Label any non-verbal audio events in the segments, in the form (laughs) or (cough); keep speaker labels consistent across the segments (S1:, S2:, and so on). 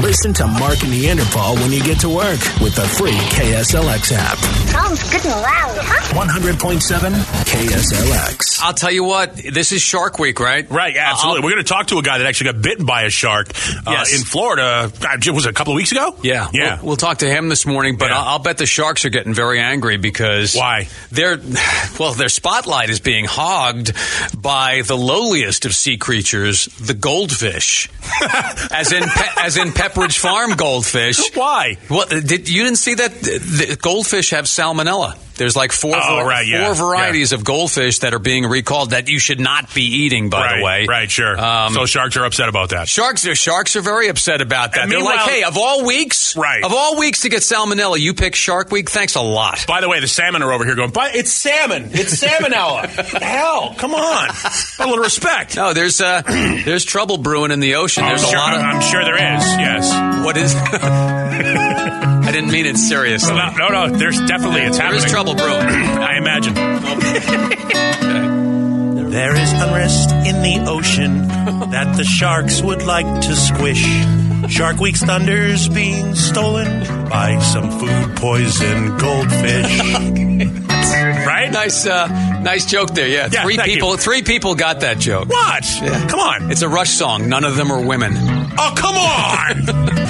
S1: Listen to Mark and Neanderthal when you get to work with the free KSLX app.
S2: Sounds good and loud, huh?
S1: 100.7 KSLX.
S3: I'll tell you what, this is Shark Week, right?
S4: Right, yeah, absolutely. We're going to talk to a guy that actually got bitten by a shark uh,
S3: Uh-huh. Yes.
S4: in Florida. God, was it a couple of weeks ago?
S3: Yeah,
S4: yeah.
S3: We'll, we'll talk to him this morning, but
S4: Yeah.
S3: I'll, I'll bet the sharks are getting very angry because
S4: Why?
S3: Their (sighs) well, their spotlight is being hogged by the lowliest of sea creatures, the
S4: (laughs)
S3: goldfish, as in Pe- as in Pepperidge Farm goldfish.
S4: Why?
S3: Well, did, you didn't see that the, the goldfish have salmonella. There's like four
S4: Oh,
S3: var-
S4: right, yeah,
S3: four varieties of goldfish that are being recalled that you should not be eating. By
S4: right,
S3: the way,
S4: right, sure.
S3: Um,
S4: so sharks are upset about that.
S3: Sharks are sharks are very upset about that.
S4: And
S3: They're like,
S4: meanwhile-
S3: hey, of all weeks,
S4: Right.
S3: Of all weeks to get salmonella, you pick Shark Week. Thanks a lot.
S4: By the way, the salmon are over here going, but it's salmon. It's
S3: (laughs)
S4: salmonella. Hell, come on. A little respect.
S3: No, there's uh,
S4: (clears throat)
S3: there's trouble brewing in the ocean. There's
S4: I'm,
S3: a
S4: sure,
S3: lot of
S4: I'm sure there is,
S3: (laughs)
S4: yes.
S3: what is? I didn't mean it seriously.
S4: No, no, no, there's definitely, it's
S3: There
S4: happening.
S3: is trouble brewing.
S4: (clears throat) I imagine.
S5: (laughs) There is unrest in the ocean that the sharks would like to squish. Shark Week's thunder's being stolen by some food poison goldfish.
S4: (laughs) Right?
S3: nice, uh, nice joke there. Yeah,
S4: Yeah,
S3: three
S4: thank you.
S3: people, three people got that joke.
S4: What? Come on.
S3: It's a Rush song. None of them are women.
S4: oh, come on.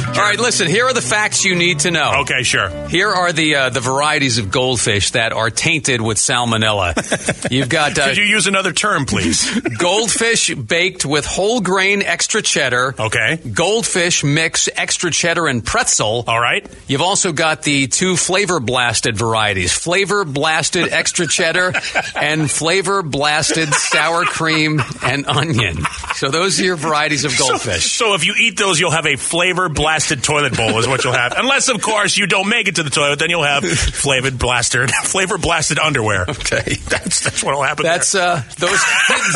S3: All right, listen. Here are the facts you need to know.
S4: okay, sure.
S3: Here are the uh, the varieties of goldfish that are tainted with
S4: (laughs)
S3: salmonella. You've got uh,
S4: Could you use another term, please?
S3: goldfish baked with whole grain extra cheddar.
S4: Okay.
S3: Goldfish mix extra cheddar and pretzel.
S4: All right.
S3: You've also got the two flavor blasted varieties flavor
S4: (laughs)
S3: blasted extra cheddar and flavor blasted sour cream and onion. So those are your varieties of goldfish.
S4: (laughs) So if you eat those, you'll have a flavor blasted toilet bowl, is what
S3: (laughs)
S4: you'll have. Unless, of course, you don't make it to the toilet, then you'll have flavored blasted, (laughs) flavor blasted underwear.
S3: (laughs) Okay.
S4: That's that's what'll happen.
S3: That's
S4: there.
S3: uh those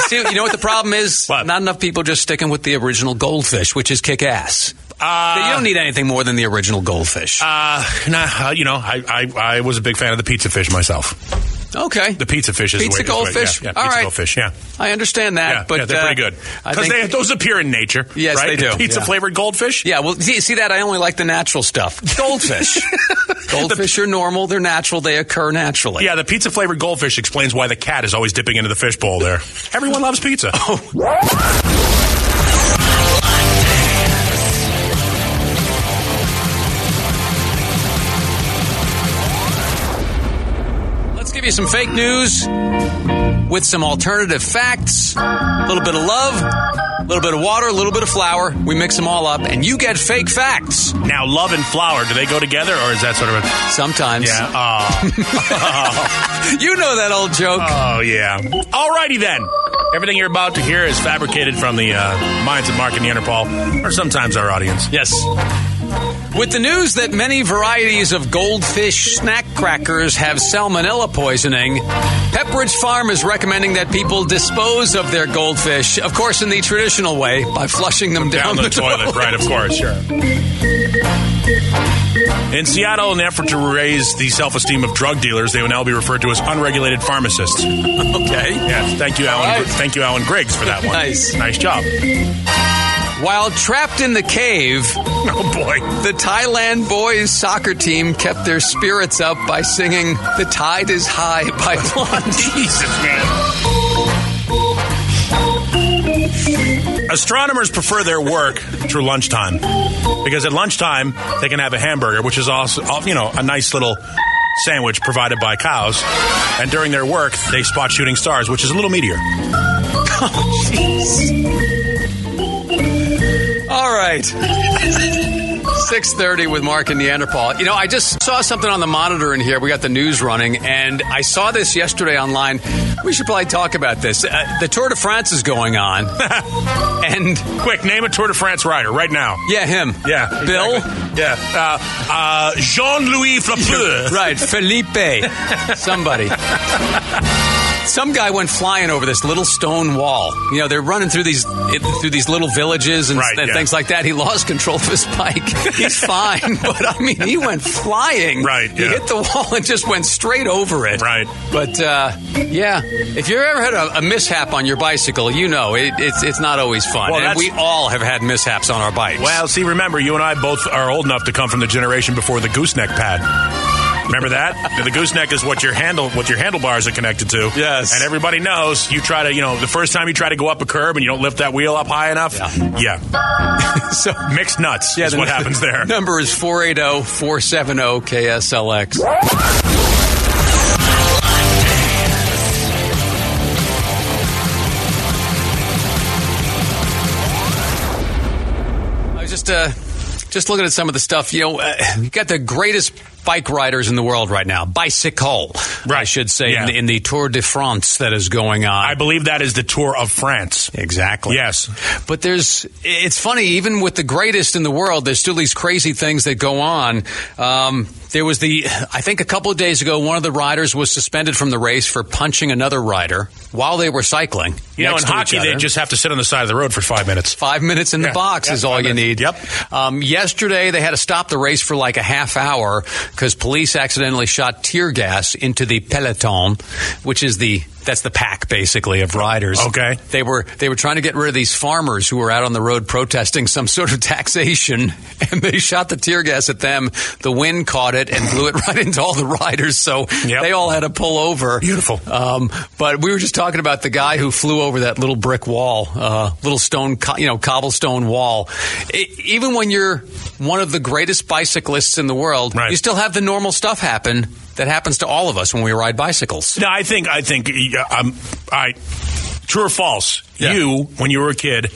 S3: see, you know what the problem is?
S4: (laughs) What?
S3: Not enough people just sticking with the original goldfish, which is kick ass. you don't need anything more than the original goldfish.
S4: uh, nah, uh, you know, I, I I was a big fan of the pizza fish myself.
S3: okay.
S4: The pizza fish is
S3: Pizza
S4: the way, is the way-
S3: goldfish?
S4: Yeah, yeah,
S3: All
S4: pizza
S3: right.
S4: goldfish. Yeah.
S3: I understand that,
S4: Yeah,
S3: but
S4: yeah, they're
S3: uh,
S4: pretty good
S3: I
S4: because
S3: think-
S4: those appear in nature.
S3: Yes, they
S4: right?
S3: do,
S4: Pizza
S3: yeah.
S4: flavored goldfish. (laughs)
S3: Yeah, well, see, see that I only like the natural stuff. (laughs) Goldfish, goldfish are normal. They're natural. They occur naturally.
S4: Yeah, the pizza flavored goldfish explains why the cat is always dipping into the fishbowl there. Everyone loves pizza.
S3: Oh, Let's give you some fake news with some alternative facts. A little bit of love, a little bit of water, a little bit of flour. We mix them all up, and you get fake facts.
S4: Now, love and flour, do they go together or is that sort of a.
S3: Sometimes.
S4: Yeah. Oh,
S3: You know that old joke.
S4: oh yeah. Alrighty then. Everything you're about to hear is fabricated from the uh, minds of Mark and Neanderthal, or sometimes our audience.
S3: Yes. With the news that many varieties of goldfish snack crackers have salmonella poisoning, Pepperidge Farm is recommending that people dispose of their goldfish, of course, in the traditional way, by flushing them down,
S4: Down the toilet, right, of course, sure. In Seattle, in an effort to raise the self esteem of drug dealers, they will now be referred to as unregulated pharmacists.
S3: Okay.
S4: Yeah, thank you, Alan.
S3: right.
S4: Thank you, Alan Griggs, for that one.
S3: Nice.
S4: Nice job. (laughs)
S3: While trapped in the cave,
S4: Oh, boy.
S3: the Thailand boys soccer team kept their spirits up by singing The Tide is High by (laughs) Blondie.
S4: Jesus, man. Astronomers prefer their work through lunchtime because at lunchtime they can have a hamburger, which is also, uh, you know, a nice little sandwich provided by cows. And during their work, they spot shooting stars, which is a little meteor.
S3: All right. 6:30 with Mark and Neanderthal. You know, I just saw something on the monitor in here. We got the news running and I saw this yesterday online. We should probably talk about this. Uh, the Tour de France is going on. (laughs) and
S4: Quick, name a Tour de France rider right now.
S3: yeah, him.
S4: Yeah.
S3: Bill?
S4: exactly. Yeah. Uh, uh, (laughs) Jean Louis Flapeur.
S3: Right, Felipe. Somebody. Some guy went flying over this little stone wall. You know, they're running through these it- through these little villages and,
S4: Right,
S3: and
S4: yeah.
S3: things like that. He lost control of his bike. He's fine, but I mean, he went flying.
S4: Right,
S3: He
S4: yeah.
S3: hit the wall and just went straight over it.
S4: Right.
S3: But uh, yeah, if you've ever had a, a mishap on your bicycle, you know it, it's it's not always fun.
S4: Well,
S3: and
S4: that's-
S3: we all have had mishaps on our bikes.
S4: Well, see, remember, you and I both are old enough to come from the generation before the gooseneck pad. Remember (laughs) that? the gooseneck is what your handle, what your handlebars are connected to.
S3: Yes.
S4: And everybody knows you try to, you know, the first time you try to go up a curb and you don't lift that wheel up high enough. Yeah.
S3: (laughs) so
S4: Mixed nuts is
S3: the (laughs)
S4: what
S3: n-
S4: happens there.
S3: Number is oh, 480 470 KSLX. I was just uh, just looking at some of the stuff. You know, uh, you got the greatest bike riders in the world right now. Bicycle, I
S4: Right.
S3: should say,
S4: Yeah.
S3: in, the, in the Tour de France that is going on.
S4: I believe that is the tour of France.
S3: Exactly.
S4: Yes.
S3: But there's, it's funny, even with the greatest in the world, there's still these crazy things that go on. Um, there was the, I think a couple of days ago, one of the riders was suspended from the race for punching another rider while they were cycling.
S4: You know, in
S3: next to each
S4: hockey, they
S3: other.
S4: just have to sit on the side of the road for five minutes.
S3: Five minutes in the
S4: Yeah,
S3: box
S4: yeah,
S3: is all
S4: five
S3: you need.
S4: minutes. Yep.
S3: Um, yesterday, they had to stop the race for like a half hour because police accidentally shot tear gas into the peloton, which is the that's the pack basically of riders.
S4: Okay.
S3: They were they were trying to get rid of these farmers who were out on the road protesting some (laughs) sort of taxation, and they shot the tear gas at them. The wind caught it and blew it (laughs) right into all the riders, so
S4: Yep.
S3: they all had to pull over.
S4: Beautiful.
S3: Um, but we were just talking about the guy who flew over that little brick wall, uh, little stone, co- you know, cobblestone wall. E- even when you're one of the greatest bicyclists in the world,
S4: Right.
S3: you still have the normal stuff happen that happens to all of us when we ride bicycles.
S4: No, I think I think uh, um, I true or false.
S3: Yeah.
S4: You, when you were a kid,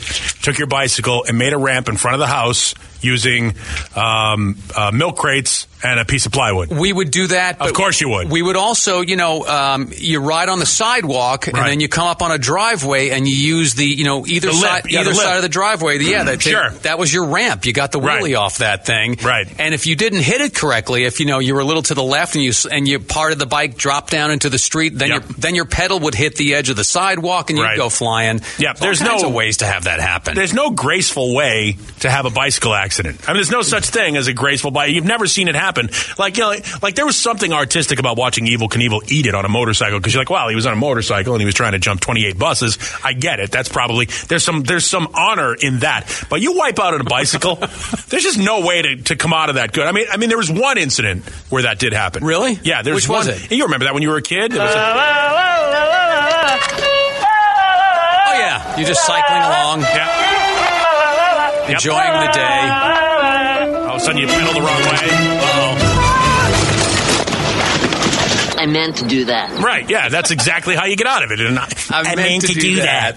S4: took your bicycle and made a ramp in front of the house using um, uh, milk crates and a piece of plywood.
S3: We would do that. but
S4: course you would.
S3: We would also, you know, um, you ride on the sidewalk and
S4: Right.
S3: then you come up on a driveway and you use the, you know, either
S4: The lip,
S3: side,
S4: yeah, the
S3: either
S4: lip.
S3: side of the driveway. The, yeah, that,
S4: Sure.
S3: that was your ramp. You got the
S4: Right.
S3: wheelie off that thing.
S4: Right.
S3: And if you didn't hit it correctly, if you know you were a little to the left and you s- and you part of the bike dropped down into the street, then
S4: Yep.
S3: your then your pedal would hit the edge of the sidewalk and you'd
S4: Right.
S3: go flying.
S4: Yep, there's
S3: All kinds
S4: no-
S3: of ways to have that happen.
S4: There's no graceful way to have a bicycle accident. I mean, there's no such thing as a graceful bike. You've never seen it happen. Like, you know, like, like there was something artistic about watching Evil Knievel eat it on a motorcycle because you're like, wow, he was on a motorcycle and he was trying to jump 28 buses. I get it. That's probably there's some there's some honor in that. But you wipe out on
S3: (laughs)
S4: a bicycle, there's just no way to, to come out of that good. I mean, I mean, there was one incident where that did happen.
S3: Really?
S4: Yeah. There's
S3: Which
S4: one,
S3: was it?
S4: You remember that when you were a kid? There was a-
S3: oh yeah, you're just cycling along,
S4: yeah. Yep.
S3: enjoying the day.
S4: All of a sudden you pedal the wrong way.
S6: I meant to do that.
S4: Right. Yeah, that's exactly how you get out of it. And I,
S3: I meant to do
S4: Yeah.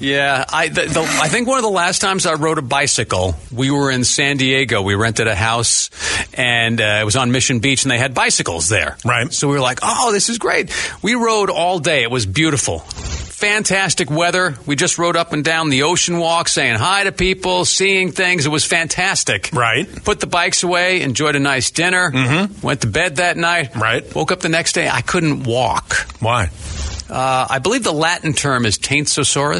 S3: Yeah, I the, the, I think one of the last times I rode a bicycle, we were in San Diego. We rented a house, and uh, it was on Mission Beach, and they had bicycles there.
S4: Right.
S3: So we were like, "Oh, this is great." We rode all day. It was beautiful, fantastic weather. We just rode up and down the ocean walk, saying hi to people, seeing things. It was fantastic.
S4: Right.
S3: Put the bikes away. Enjoyed a nice dinner. Mm-hmm. Went to bed that night.
S4: Right.
S3: Woke up the next day. I couldn't walk.
S4: Why?
S3: Uh, I believe the Latin term is taintsosaurus.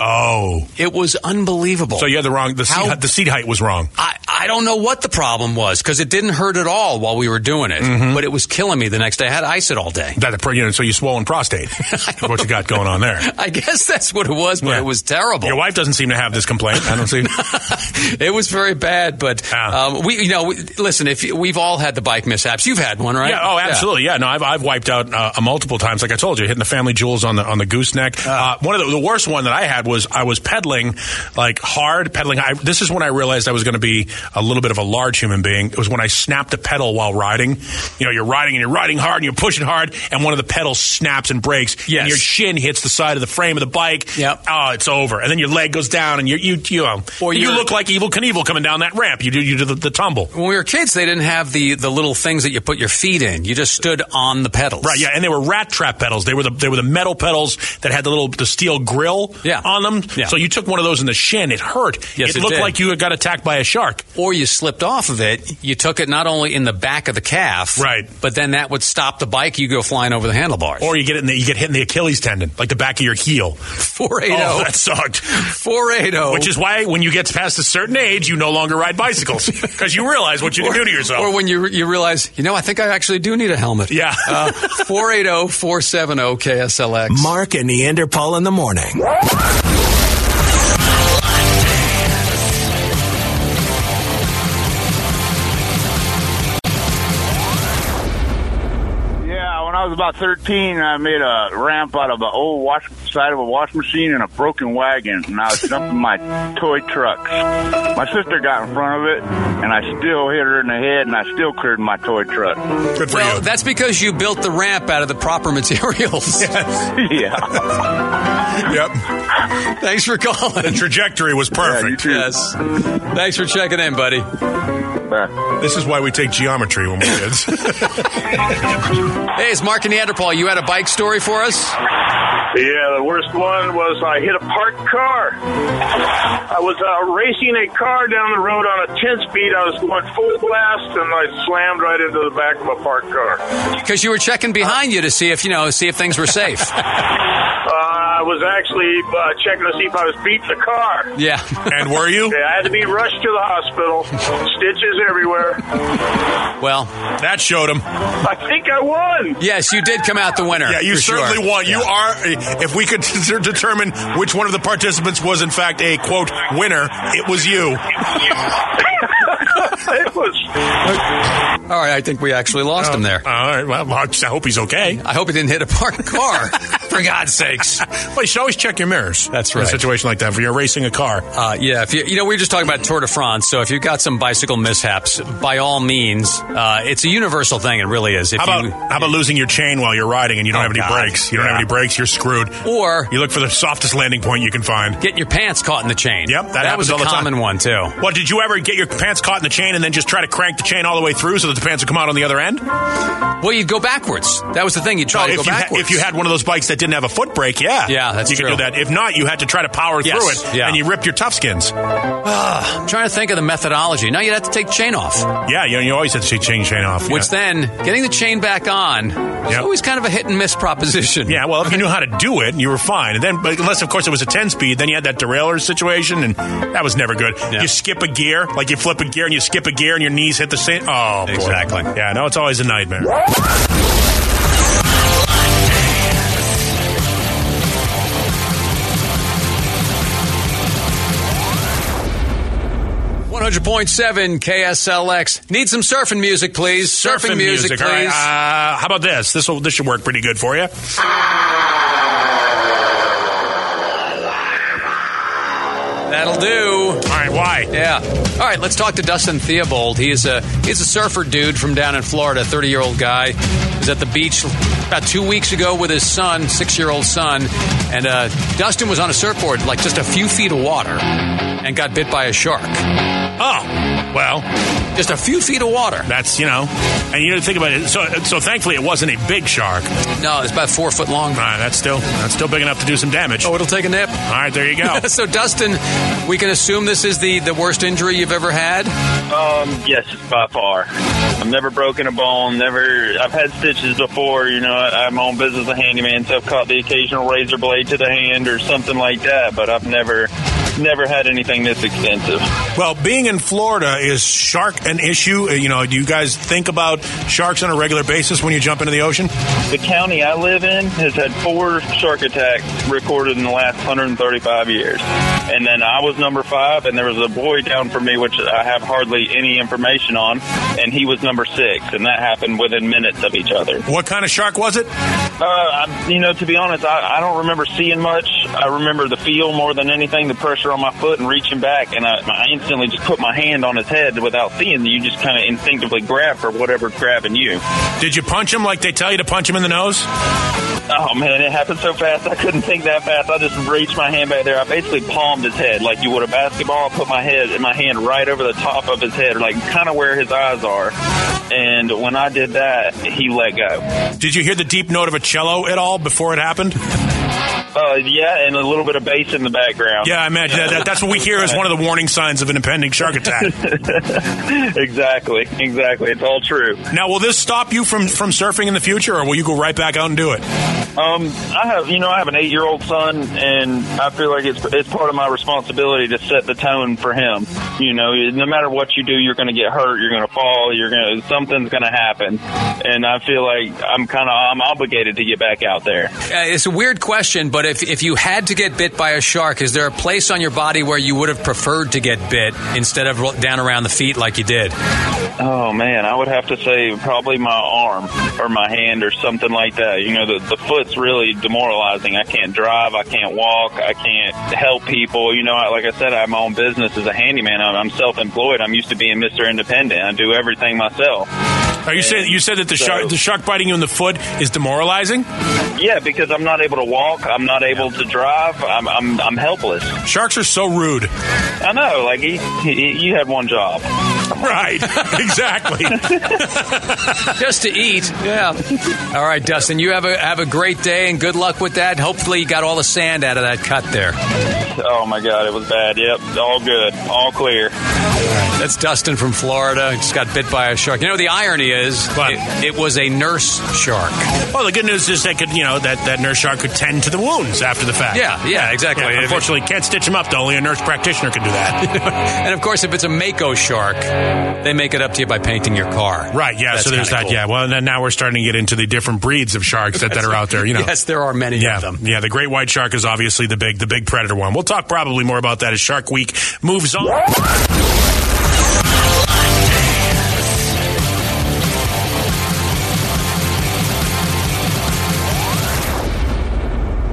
S4: Oh.
S3: It was unbelievable.
S4: So you had the wrong the seat,
S3: How-
S4: hei- the seat height was wrong.
S3: I, I don't know what the problem was because it didn't hurt at all while we were doing it,
S4: Mm-hmm.
S3: but it was killing me the next day. I had ice it all day. (laughs)
S4: That you know, so you swollen prostate. is what you got going on there.
S3: I guess that's what it was, but
S4: Yeah.
S3: it was terrible.
S4: Your wife doesn't seem to have this complaint. I don't see.
S3: (laughs) it was very bad, but
S4: Ah.
S3: um, we, you know, we, listen. If you- we've all had the bike mishaps, you've had one, right?
S4: Yeah. Oh, absolutely. Yeah. No, I've, I've wiped out uh, multiple times. Like I told you, hitting the family jewels on the on the gooseneck.
S3: Ah.
S4: Uh, one of the, the worst one that I had was I was pedaling like hard pedaling. I, this is when I realized I was going to be a little bit of a large human being. It was when I snapped a pedal while riding. You know, you're riding and you're riding hard and you're pushing hard, and one of the pedals snaps and breaks.
S3: Yes.
S4: And your shin hits the side of the frame of the bike.
S3: Yep.
S4: Oh, it's over. And then your leg goes down, and you you you know,
S3: Or
S4: you
S3: you're-
S4: look like Evil Knievel coming down that ramp. You do you do the, the tumble.
S3: When we were kids, they didn't have the the little things that you put your feet in. You just stood on the pedals.
S4: Right, yeah, and they were rat trap pedals. They were the they were the metal pedals that had the little the steel grill
S3: Yeah.
S4: on them.
S3: Yeah.
S4: So you took one of those in the shin, it hurt.
S3: Yes, it
S4: looked
S3: did.
S4: like you had got attacked by a shark.
S3: or you slipped off of it, you took it not only in the back of the calf,
S4: Right.
S3: But then that would stop the bike. You go flying over the handlebars.
S4: Or you get it in the, you get hit in the Achilles tendon, like the back of your
S3: (laughs)
S4: heel.
S3: four eight
S4: Oh,
S3: zero
S4: that sucked.
S3: four eight zero,
S4: Which is why when you get past a certain age, you no longer ride bicycles because you realize what you can do to yourself.
S3: Or when you you realize, you know, I think I actually do need a helmet. (laughs)
S4: Yeah.
S3: Uh, 480-470 KSLX.
S1: Mark and Neanderthal in the morning.
S7: Yeah, when I was about 13, I made a ramp out of an old wash side of a wash machine and a broken wagon, and I was dumping my toy trucks. My sister got in front of it, and I still hit her in the head, and I still cleared my toy truck. (laughs)
S4: Good for
S3: well,
S4: you.
S3: that's because you built the ramp out of the proper
S4: (laughs)
S3: materials.
S7: yeah.
S4: yep.
S3: Thanks for calling.
S4: Trajectory was perfect.
S3: Yes. Thanks for checking in, buddy.
S4: this is why we take geometry when we're kids.
S3: Hey, it's Mark and Neanderthal. You had a bike story for us?
S8: Yeah, the worst one was I hit a parked car. I was uh, racing a car down the road on a 10 speed. I was going full blast, and I slammed right into the back of a parked car.
S3: Because you were checking behind you to see if, you know, see if things were
S4: (laughs)
S3: safe.
S8: Uh, I was actually uh, checking to see if I was beating the car.
S3: yeah.
S4: and were you?
S8: Yeah, I had to be rushed to the hospital.
S9: (laughs)
S8: Stitches everywhere.
S3: Well,
S4: That showed him.
S8: I think I won.
S3: yes, you did come out the winner.
S4: Yeah, you
S3: for sure.
S4: certainly won. You are. If we could (laughs) determine which one of the participants was in fact a quote winner, it was you.
S8: It was.
S3: All right, I think we actually lost him there.
S4: All right. Well, I just- I hope he's (laughs) okay.
S3: I hope he didn't hit a parked
S4: (laughs)
S3: car. for God's sakes.
S4: Well, you should always check your mirrors.
S3: That's
S4: In
S3: right.
S4: a situation like that, if you're racing a car.
S3: Uh, yeah, if you, you know, we were just talking about Tour de France. So if you've got some bicycle mishaps, by all means, uh, it's a universal thing. It really is. If
S4: How about
S3: you,
S4: how about losing your chain while you're riding and you don't
S3: Oh,
S4: have any
S3: God.
S4: brakes? You don't
S3: Yeah.
S4: have any brakes. You're screwed.
S3: or
S4: You look for the softest landing point you can find.
S3: get your pants caught in the chain.
S4: Yep, that happens
S3: was a
S4: all the time.
S3: common one too.
S4: Well, did you ever get your pants caught in the chain and then just try to crank the chain all the way through so that the pants would come out on the other end?
S3: Well, you'd go backwards. That was the thing. You'd try to
S4: if,
S3: go
S4: you ha-
S3: backwards.
S4: if you had one of those bikes that didn't have a foot brake, yeah,
S3: Yeah, that's
S4: you could
S3: true.
S4: do that. If not, you had to try to power
S3: Yes,
S4: through it,
S3: yeah.
S4: and you ripped your tough skins.
S3: I'm trying to think of the methodology. Now you'd have to take chain off,
S4: Yeah, you, you always had to chain chain off.
S3: which
S4: yeah.
S3: then getting the chain back on is
S4: Yep.
S3: always kind of a hit and miss proposition.
S4: yeah, well, if you knew how to do it, you were fine. And then, but unless of course it was a ten speed, then you had that derailleur situation, and that was never good.
S3: Yeah.
S4: You skip a gear, like you flip a gear and you skip a gear, and your knees hit the same. Oh, boy.
S3: Exactly.
S4: Yeah, no, it's always a nightmare.
S3: One hundred point seven KSLX. Need some surfing music, please. Surfing, music,
S4: all right.
S3: please.
S4: Uh, how about this? This will this should work pretty good for you. uh,
S3: That'll do.
S4: All right, why?
S3: Yeah. All right, let's talk to Dustin Theobald. He is a he's a surfer dude from down in Florida, 30 year old guy. He was at the beach about two weeks ago with his son, six year old son, and uh, Dustin was on a surfboard, like just a few feet of water, and got bit by a shark.
S4: Oh, well,
S3: Just a few feet of water.
S4: That's you know, and you know think about it. So so thankfully it wasn't a big shark. All
S3: No, it's about four foot long.
S4: right, that's still that's still big enough to do some damage.
S3: Oh, it'll take a nip.
S4: All right, there you go.
S3: (laughs) so, Dustin, we can assume this is the, the worst injury you've ever had.
S8: Um, yes, by far. I've never broken a bone. Never. I've had stitches before. You know, I, I'm on business as a handyman, so I've caught the occasional razor blade to the hand or something like that. But I've never, never had anything this extensive.
S4: well, being in Florida is shark an issue? Uh, You know, do you guys think about sharks on a regular basis when you jump into the ocean?
S8: The county I live in has had four shark attacks recorded in the last 135 years. And then I was number five, and there was a boy down from me, which I have hardly any information on, and he was number six, and that happened within minutes of each other.
S4: What kind of shark was it?
S8: Uh, I, you know, to be honest, I, I don't remember seeing much. I remember the feel more than anything, the pressure on my foot and reaching back, and I, I instantly just put my hand on his head without seeing. You just kind of instinctively grab for whatever's grabbing you.
S4: Did you punch him like they tell you to punch him in the nose?
S8: Oh man, it happened so fast. I couldn't think that fast. I just reached my hand back there. I basically palmed his head like you would a basketball. I put my head and my hand right over the top of his head, like kind of where his eyes are. And when I did that, he let go.
S4: Did you hear the deep note of a cello at all before it happened?
S8: Uh, yeah, and a little bit of bass in the background.
S4: Yeah, I imagine that, that. That's what we hear as one of the warning signs of an impending shark attack.
S8: (laughs) exactly, exactly. It's all true.
S4: now, will this stop you from, from surfing in the future, or will you go right back out and do it?
S8: Um, I have, you know, I have an eight-year-old son, and I feel like it's it's part of my responsibility to set the tone for him. You know, no matter what you do, you're going to get hurt, you're going to fall, you're going to something's going to happen, and I feel like I'm kind of I'm obligated to get back out there.
S3: Uh, it's a weird question, but if, if you had to get bit by a shark, is there a place on your body where you would have preferred to get bit instead of ro- down around the feet like you did? (laughs)
S8: Oh man, I would have to say probably my arm or my hand or something like that. You know, the the foot's really demoralizing. I can't drive, I can't walk, I can't help people. You know, I, like I said, I have my own business as a handyman. I'm, I'm self-employed. I'm used to being Mr. Independent. I do everything myself.
S4: Are you said you said that the
S8: So-
S4: shark the shark biting you in the foot is demoralizing?
S8: Yeah, because I'm not able to walk, I'm not able to drive. I'm I'm, I'm helpless.
S4: Sharks are so rude.
S8: I know. Like he, he, you had one job.
S4: (laughs) Right. (laughs) exactly.
S3: Just to eat. Yeah. All right, Dustin, you have a have a great day and good luck with that. Hopefully you got all the sand out of that cut there.
S8: Oh my God, it was bad. Yep, all good, all clear.
S3: That's Dustin from Florida. Just got bit by a shark. You know the irony is
S4: What?
S3: it, it was a nurse shark.
S4: Well, the good news is that could you know that, that nurse shark could tend to the wounds after the fact.
S3: Yeah, yeah, exactly.
S4: Yeah, unfortunately, can't stitch them up. Though only a nurse practitioner can do that.
S3: and of course if it's a mako shark, they make it up to you by painting your car.
S4: (laughs) right? Yeah.
S3: That's
S4: so there's
S3: kinda
S4: that.
S3: cool.
S4: Yeah. Well, and then now we're starting to get into the different breeds of sharks that, that are out there. You know. (laughs)
S3: Yes, there are many
S4: Yeah,
S3: of them.
S4: yeah. The great white shark is obviously the big, the big predator one. We'll talk probably more about that as Shark Week moves on.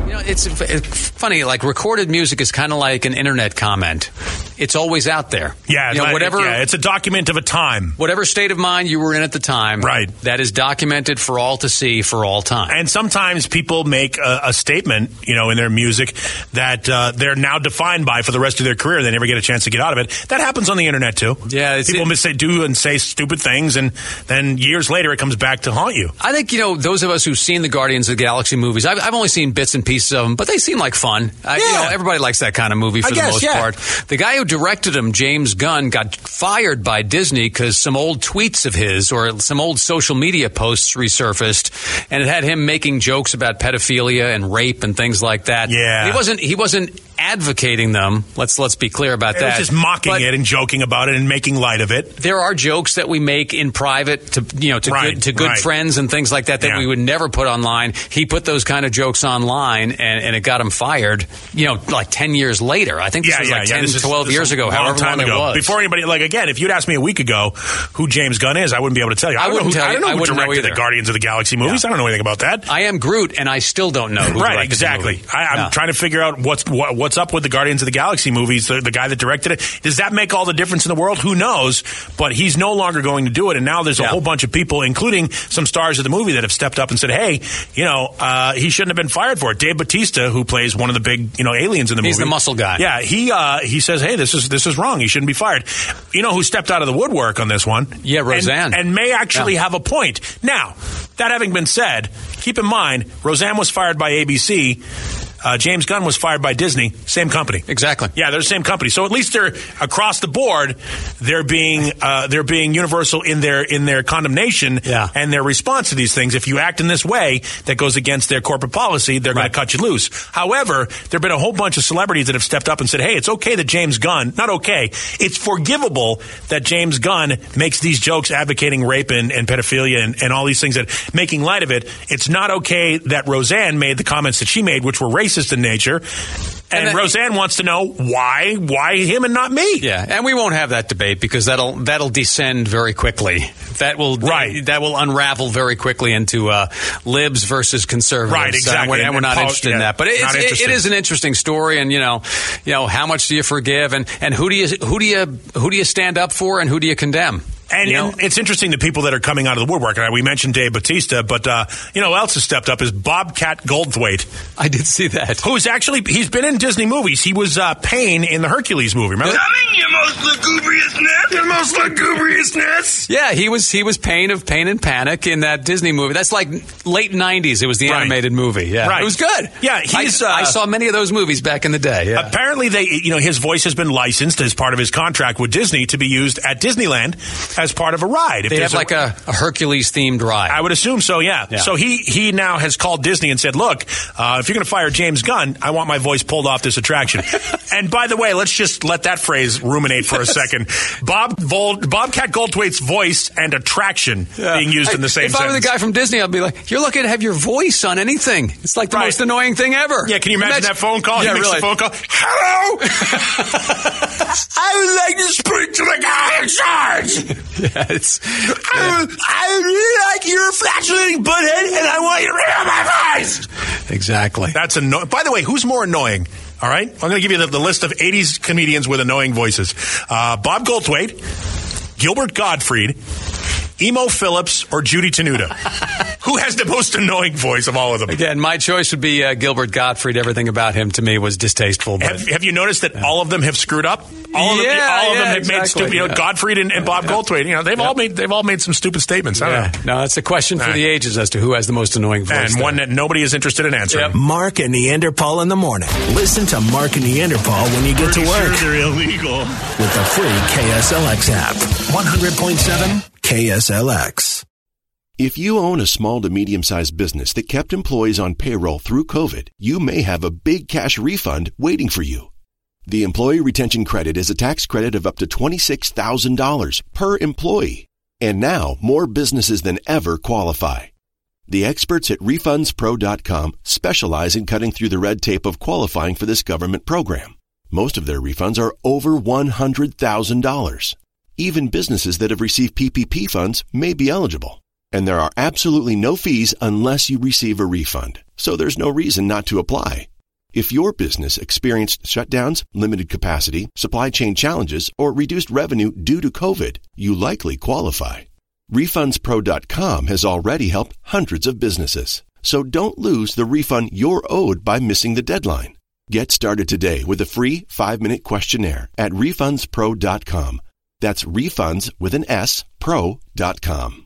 S3: You know, it's, it's funny. Like recorded music is kind of like an internet comment. It's always out there.
S4: Yeah,
S3: you know,
S4: like-
S3: whatever
S4: Yeah, it's a document of a time.
S3: whatever state of mind you were in at the time.
S4: Right.
S3: That is documented for all to see for all time.
S4: And sometimes people make a, a statement, you know, in their music that uh, they're now defined by for the rest of their career. They never get a chance to get out of it. That happens on the internet too.
S3: Yeah, it's-
S4: people
S3: it-
S4: mis- say do and say stupid things, and then years later it comes back to haunt you.
S3: I think you know those of us who've seen the Guardians of the Galaxy movies. I've, I've only seen bits and pieces of them, but they seem like fun. I, you
S4: Yeah.
S3: know, everybody likes that kind of movie for
S4: I
S3: the
S4: guess,
S3: most
S4: yeah.
S3: part. The guy who directed them, James Gunn, got fired by Disney because some old tweets of his or some old social media posts resurfaced, and it had him making jokes about pedophilia and rape and things like that.
S4: Yeah.
S3: And he wasn't he wasn't advocating them. Let's let's be clear about
S4: It
S3: that.
S4: was just mocking
S3: But-
S4: it and joking about it and making light of it.
S3: there are jokes that we make in private to you know to
S4: Right,
S3: good, to good
S4: right.
S3: friends and things like that that
S4: Yeah.
S3: we would never put online. He put those kind of jokes online and, and it got him fired. You know, like ten years later. I think this was like 10,
S4: This is-
S3: 12
S4: this is
S3: years
S4: a
S3: ago,
S4: long
S3: however
S4: time
S3: long
S4: ago.
S3: it was.
S4: Before anybody, like again, if you'd asked me a week ago who James Gunn is, I wouldn't be able to tell you.
S3: I
S4: don't know
S3: wouldn't
S4: who-
S3: tell
S4: I
S3: you.
S4: don't know
S3: I
S4: who
S3: wouldn't know
S4: directed the
S3: either.
S4: Guardians of the Galaxy movies. I don't know anything about that.
S3: I am Groot, and I still don't know. Who
S4: Right,
S3: directed the
S4: exactly.
S3: movie.
S4: I, I'm
S3: No.
S4: trying to figure out what's what, what's up with the Guardians of the Galaxy movies. The, the guy that directed it does that make all the difference in the world? Who knows? But he's no longer going to do it, and now there's a
S3: Yeah.
S4: whole bunch of people, including some stars of the movie, that have stepped up and said, "Hey, you know, uh, he shouldn't have been fired for it." Dave Batista, who plays one of the big you know aliens in the
S3: He's
S4: movie,
S3: the muscle guy.
S4: Yeah, he uh, he says, "Hey, this is this is wrong. He shouldn't be fired." You know who stepped out of the woodwork on this one?
S3: Yeah, Roseanne.
S4: and, and may actually
S3: Yeah.
S4: have a point. Now, that having been said, keep in mind Roseanne was fired by ABC. Uh, James Gunn was fired by Disney, same company.
S3: Exactly.
S4: Yeah, they're the same company. So at least they're across the board. They're being uh, they're being universal in their in their condemnation
S3: Yeah.
S4: and their response to these things. If you act in this way that goes against their corporate policy, they're going
S3: Right.
S4: to cut you loose. However, there've been a whole bunch of celebrities that have stepped up and said, "Hey, it's okay that James Gunn. Not okay. It's forgivable that James Gunn makes these jokes advocating rape and, and pedophilia and, and all these things that making light of it. It's not okay that Roseanne made the comments that she made, which were racist in nature." And,
S3: And that-
S4: Roseanne wants to know why, why him and not me?
S3: Yeah, and we won't have that debate because that'll that'll descend very quickly. That will
S4: Right.
S3: That will unravel very quickly into uh, libs versus conservatives.
S4: Right, exactly.
S3: And we're, and we're
S4: And
S3: not
S4: pol-
S3: interested in
S4: yeah,
S3: that. But it, it's-
S4: not
S3: it, it
S4: interested.
S3: is an interesting story, and you know, you know, how much do you forgive, and, and who do you who do you who do you stand up for, and who do you condemn?
S4: And,
S3: You know?
S4: and it's interesting the people that are coming out of the woodwork. And I- We mentioned Dave Batista, but uh, you know, who else has stepped up is Bobcat Goldthwait,
S3: (laughs) I did see that.
S4: who's actually he's been in Disney movies. He was uh, Pain in the Hercules movie. Remember?
S9: I'm in your most lugubrious nap in my
S5: gross lugubriousness.
S3: Yeah, he was he was pain of pain and panic in that Disney movie. That's like late '90s. It was the
S4: Right.
S3: animated movie. Yeah,
S4: Right.
S3: it was good.
S4: Yeah, he's,
S3: I,
S4: uh,
S3: I saw many of those movies back in the day. Yeah.
S4: Apparently, they you know his voice has been licensed as part of his contract with Disney to be used at Disneyland as part of a ride. If
S3: they
S4: there's
S3: have like a, a Hercules themed ride.
S4: I would assume so, yeah.
S3: Yeah.
S4: So he he now has called Disney and said, "Look, uh, if you're going to fire James Gunn, I want my voice pulled off this attraction." (laughs) and by the way, let's just let that phrase ruminate for a second. Bob Vold, Bobcat Goldthwait's voice and attraction
S3: Yeah.
S4: being used in the
S3: Hey,
S4: same
S3: If I were the
S4: sentence.
S3: guy from Disney, I'd be like, "You're lucky to have your voice on anything. It's like the
S4: Right.
S3: most annoying thing ever."
S4: yeah, can you imagine, that phone call?
S3: Yeah,
S4: he makes
S3: really.
S4: the phone call. Hello, (laughs) I would like to speak to the guy in charge.
S3: (laughs) Yeah, it's-
S4: I, would, I would really like your flatulating butthead, and I want you to read out my voice.
S3: exactly.
S4: That's annoying. By the way, who's more annoying? All right, I'm going to give you the, the list of 80s comedians with annoying voices: uh, Bob Goldthwait, Gilbert Gottfried, Emo Phillips, or Judy Tenuta. (laughs) Who has the most annoying voice of all of them?
S3: Again, my choice would be uh, Gilbert Gottfried. Everything about him to me was distasteful. But
S4: Have, have you noticed that all of them have screwed up? All of them,
S3: Yeah,
S4: all of them
S3: yeah,
S4: have made
S3: exactly,
S4: stupid. You know,
S3: yeah.
S4: Gottfried and, and Bob Goldthwait. You know, they've all made they've all made some stupid statements. I don't
S3: yeah.
S4: know.
S3: no, that's a question for
S4: All right.
S3: the ages as to who has the most annoying voice.
S4: And
S3: there.
S4: one that nobody is interested in answering.
S3: Yep.
S1: Mark and Neanderthal in the morning. Listen to Mark and Neanderthal when you get to
S5: Pretty
S1: work
S5: Sure they're illegal.
S1: with the free KSLX app. 100.7 KSLX.
S9: If you own a small to medium sized business that kept employees on payroll through COVID, you may have a big cash refund waiting for you. The Employee Retention Credit is a tax credit of up to $26,000 per employee. And now more businesses than ever qualify. The experts at RefundsPro.com specialize in cutting through the red tape of qualifying for this government program. Most of their refunds are over $100,000. Even businesses that have received PPP funds may be eligible. And there are absolutely no fees unless you receive a refund, so there's no reason not to apply. If your business experienced shutdowns, limited capacity, supply chain challenges, or reduced revenue due to COVID, you likely qualify. RefundsPro.com has already helped hundreds of businesses. So don't lose the refund you're owed by missing the deadline. Get started today with a free five minute questionnaire at RefundsPro.com. That's refunds with an S, pro.com.